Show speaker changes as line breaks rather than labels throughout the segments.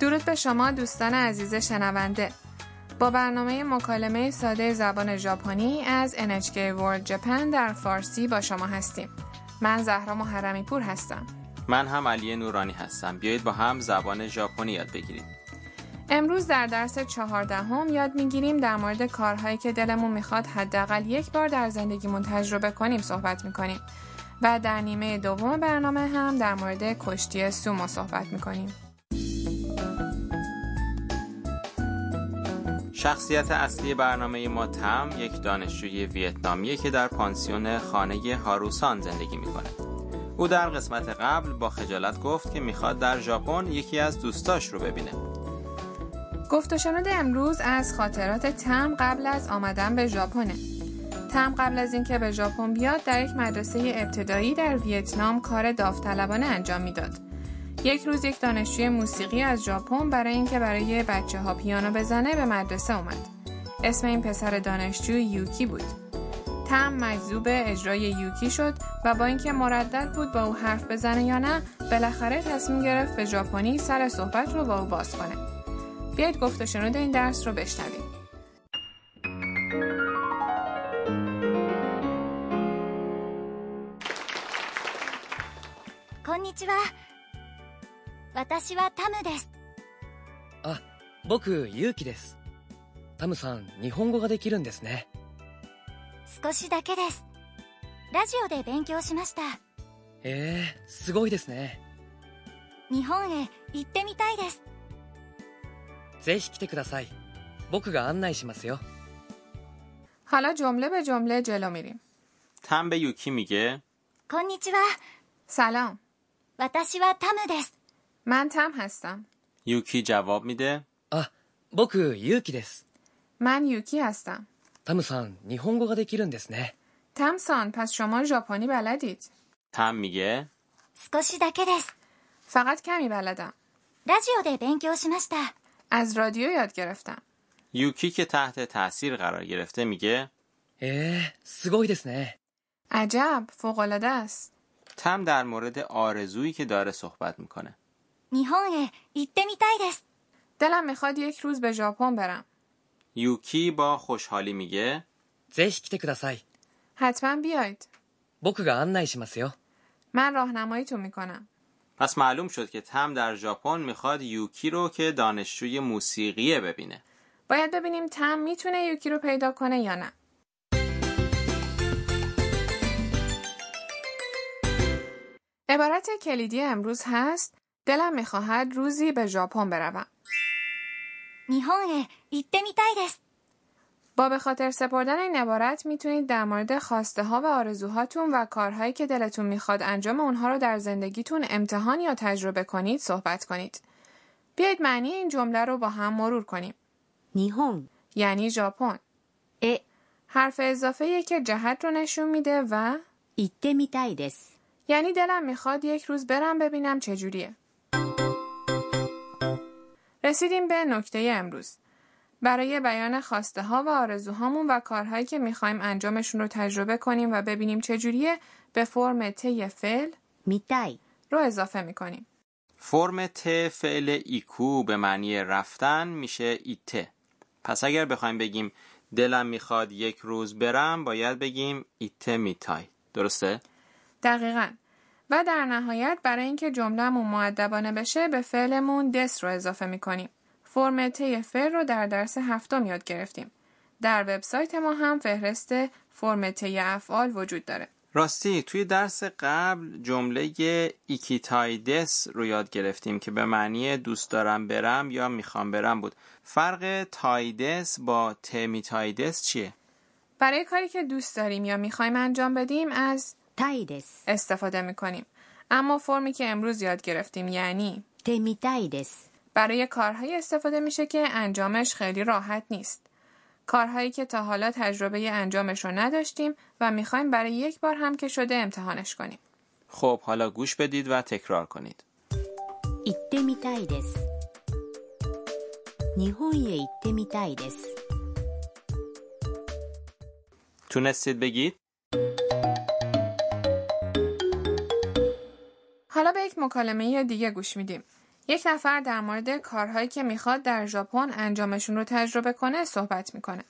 درود به شما دوستان عزیز شنونده با برنامه مکالمه ساده زبان ژاپنی از NHK World Japan در فارسی با شما هستیم من زهرا محرمی پور هستم
من هم علی نورانی هستم بیایید با هم زبان ژاپنی یاد بگیریم
امروز در درس چهاردهم یاد میگیریم در مورد کارهایی که دلمون میخواد حداقل یک بار در زندگیمون تجربه کنیم صحبت میکنیم و در نیمه دوم برنامه هم در مورد کشتی سومو صحبت میکنیم
شخصیت اصلی برنامه ما تم یک دانشجوی ویتنامیه که در پانسیون خانه هاروسان زندگی میکنه او در قسمت قبل با خجالت گفت که میخواد در ژاپن یکی از دوستاش رو ببینه
گفت و شنود امروز از خاطرات تم قبل از آمدن به ژاپنه. تم قبل از اینکه به ژاپن بیاد در یک مدرسه ابتدایی در ویتنام کار داوطلبانه انجام میداد. یک روز یک دانشجوی موسیقی از ژاپن برای اینکه برای بچه ها پیانو بزنه به مدرسه اومد. اسم این پسر دانشجو یوکی بود. تم مجذوب اجرای یوکی شد و با اینکه مردد بود با او حرف بزنه یا نه، بالاخره تصمیم گرفت به ژاپنی سر صحبت رو با او باز کنه. بیایید گفت و شنود این درس رو بشنویم.
こんにちは私はタムです
あ、僕、ゆうきです。タムさん、日本語ができるんですね。
少しだけですラジオで勉強しました
ええすごいですね。
日本へ行ってみたいです
ぜひ来てください。僕が案内しますよ。
حالا جمله به جمله جلو میریم.
تم به یوکی میگه
こんにちは
سلام،
私はタムです
من تم هستم.
یوکی جواب میده
あ、僕、ゆうきです。
من یوکی هستم.
タムさん、日本語ができるんですね。
تمسان پس شما ژاپنی بلدید؟
تم میگه
少しだけです
فقط کمی بلدم.
ラジオで勉強しました
از رادیو یاد گرفتم.
یوکی که تحت تاثیر قرار گرفته میگه
ええすごいですね。
عجب، فوق‌العاده است.
تم در مورد آرزویی که داره صحبت میکنه
日本へ行ってみたいです
دلم میخواد یک روز به ژاپن برم.
یوکی با خوشحالی میگه
ぜひ来てください。
حتما بیاید.
僕が案内しますよ。
من راهنماییتون میکنم.
پس معلوم شد که تم در ژاپن میخواد یوکی رو که دانشجوی موسیقیه ببینه
باید ببینیم تم میتونه یوکی رو پیدا کنه یا نه. عبارت کلیدی امروز هست دلم میخواهد روزی به ژاپن بروم.
日本へ行ってみたいです
با به خاطر سپردن این عبارت میتونید در مورد خواسته ها و آرزوهاتون و کارهایی که دلتون میخواد انجام اونها رو در زندگیتون امتحان یا تجربه کنید صحبت کنید. بیایید معنی این جمله رو با هم مرور کنیم.
日本
یعنی ژاپن.
へ
حرف اضافه که جهت رو نشون میده و
行ってみたいです
یعنی دلم میخواد یک روز برم ببینم چجوریه. رسیدیم به نکته امروز. برای بیان خواسته ها و آرزوهامون و کارهایی که میخوایم انجامشون رو تجربه کنیم و ببینیم چجوریه به فرم طی فعل
見たい
رو اضافه میکنیم.
فرم ت فعل ایکو به معنی رفتن میشه ایته پس اگر بخوایم بگیم دلم میخواد یک روز برم باید بگیم ایته میتای درسته؟
دقیقا. و در نهایت برای اینکه جملهمون معدبانه بشه به فعلمون دس رو اضافه میکنیم. فرم طی فعل رو در درس هفتم یاد گرفتیم. در وبسایت ما هم فهرست فرم طی افعال وجود داره.
راستی توی درس قبل جمله ایکیتایدس رو یاد گرفتیم که به معنی دوست دارم برم یا میخوام برم بود فرق تایدس با تمیتایدس چیه؟
برای کاری که دوست داریم یا میخوایم انجام بدیم از
たいです
استفاده میکنیم. اما فرمی که امروز یاد گرفتیم یعنی
てみたいです
برای کارهایی استفاده میشه که انجامش خیلی راحت نیست. کارهایی که تا حالا تجربه انجامش رو نداشتیم و میخوایم برای یک بار هم که شده امتحانش کنیم.
خب حالا گوش بدید و تکرار کنید
行ってみたいです日本へ行ってみたいです
تونستید بگید؟
حالا به یک مکالمه دیگه گوش میدیم. یک نفر در مورد کارهایی که میخواد در ژاپن انجامشون رو تجربه کنه صحبت میکنه.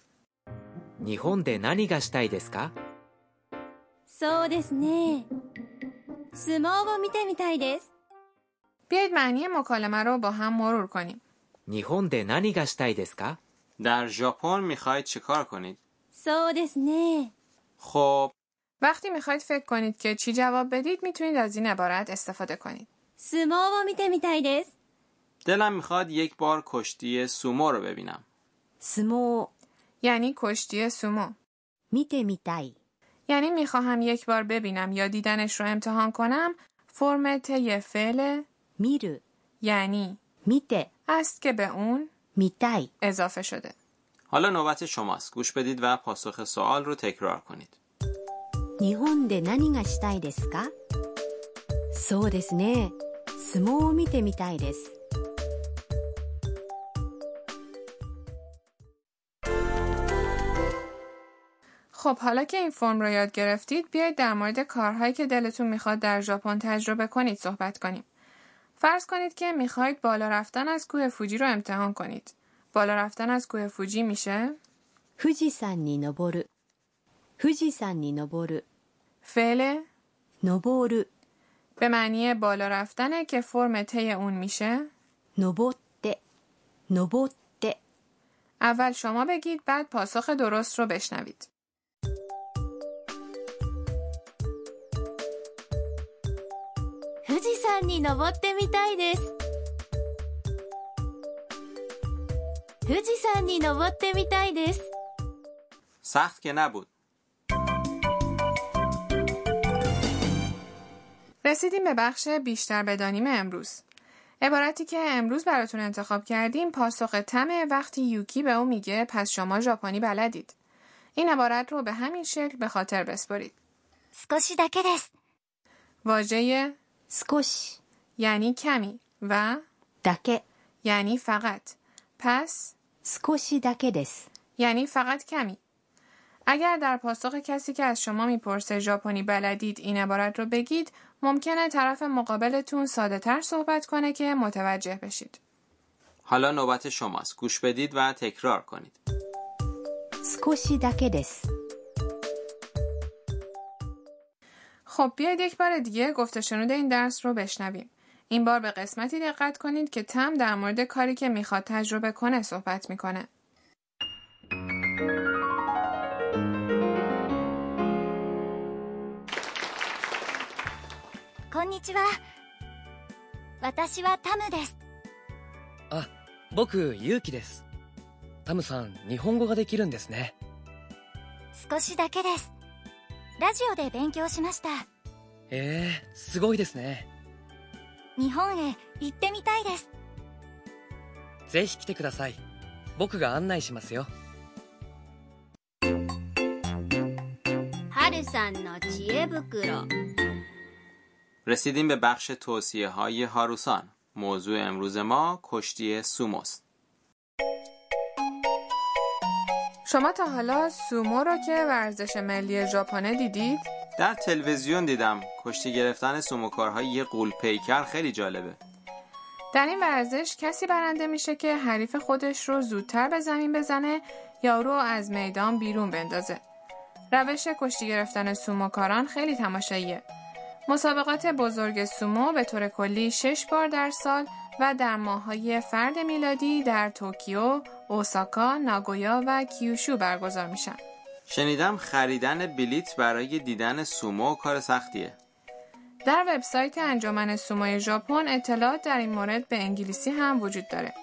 日本で何がしたいですか
そうですね相撲を見てみたいです
بیایید معنی مکالمه رو با هم مرور کنیم.
日本で何がしたいですか
در ژاپن میخواید چیکار کنید
そうですね
خب
وقتی میخواید فکر کنید که چی جواب بدید میتونید از این عبارت استفاده کنید.
相撲を見てみたいです
دلم میخواد یک بار کشتی سومو رو ببینم
相撲を
یعنی کشتی سومو.
見てみたい
یعنی میخواهم یک بار ببینم یا دیدنش رو امتحان کنم فرم طی فعل
見る
یعنی
見て
است که به اون
見たい
اضافه شده.
حالا نوبت شماست گوش بدید و پاسخ سوال رو تکرار کنید
日本で何がしたいですかそうですね相撲を見てみたいです
خب حالا که این فرم رو یاد گرفتید بیایید در مورد کارهایی که دلتون میخواد در ژاپن تجربه کنید صحبت کنیم. فرض کنید که میخواهید بالا رفتن از کوه فوجی رو امتحان کنید. بالا رفتن از کوه فوجی میشه
富士山に登る富士山に登る
فعل
登る
به معنی بالا رفتنه که فرم طی اون میشه
登って登って、
اول شما بگید بعد پاسخ درست رو بشنوید.
富士山に登ってみたいです富士山に登ってみたいです
سخت که نبود
رسیدیم به بخش بیشتر بدانیم امروز. عبارتی که امروز براتون انتخاب کردیم پاسخ تمه وقتی یوکی به او میگه پس شما ژاپنی بلدید. این عبارت رو به همین شکل به خاطر بسپرید.
少しだけです
واژه
少し
یعنی کمی و
だけ
یعنی فقط. پس
少しだけです
یعنی فقط کمی. اگر در پاسخ کسی که از شما میپرسه ژاپنی بلدید این عبارت رو بگید ممکنه طرف مقابلتون ساده تر صحبت کنه که متوجه بشید.
حالا نوبت شماست گوش بدید و تکرار کنید
少しだけです
خب بیاید یک بار دیگه گفت و شنود این درس رو بشنویم. این بار به قسمتی دقت کنید که تم در مورد کاری که میخواد تجربه کنه صحبت میکنه.
こんにちは私はタムです
あ、僕、ゆうきです。タムさん、日本語ができるんですね。
少しだけですラジオで勉強しました
ええすごいですね。
日本へ行ってみたいです
ぜひ来てください。僕が案内しますよ。
春さんの知恵袋
رسیدیم به بخش توصیه های هاروسان موضوع امروز ما کشتی سوموست
شما تا حالا سومو رو که ورزش ملی ژاپنه دیدید؟
در تلویزیون دیدم کشتی گرفتن سوموکارهای یه قول پیکر خیلی جالبه
در این ورزش کسی برنده میشه که حریف خودش رو زودتر به زمین بزنه یا رو از میدان بیرون بندازه. روش کشتی گرفتن سوموکاران خیلی تماشاییه. مسابقات بزرگ سومو به طور کلی 6 بار در سال و در ماههای فرد میلادی در توکیو، اوساکا، ناگویا و کیوشو برگزار میشن.
شنیدم خریدن بلیت برای دیدن سومو کار سختیه
در وبسایت انجمن سومای ژاپن اطلاعات در این مورد به انگلیسی هم وجود داره.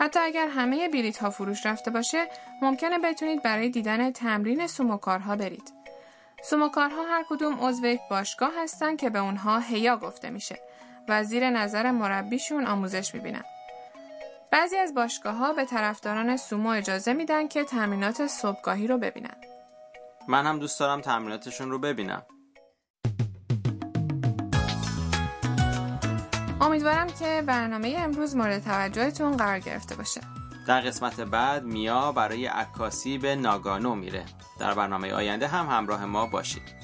حتی اگر همه بلیط ها فروش رفته باشه، ممکنه بتونید برای دیدن تمرین سوموکارها برید. سوموکارها هر کدوم عضو یک باشگاه هستن که به اونها هیا گفته میشه و زیر نظر مربیشون آموزش میبینن. بعضی از باشگاه ها به طرفداران سومو اجازه میدن که تمرینات صبحگاهی رو ببینن.
من هم دوست دارم تمریناتشون رو ببینم
امیدوارم که برنامه امروز مورد توجهتون قرار گرفته باشه.
در قسمت بعد میا برای عکاسی به ناگانو میره در برنامه آینده هم همراه ما باشید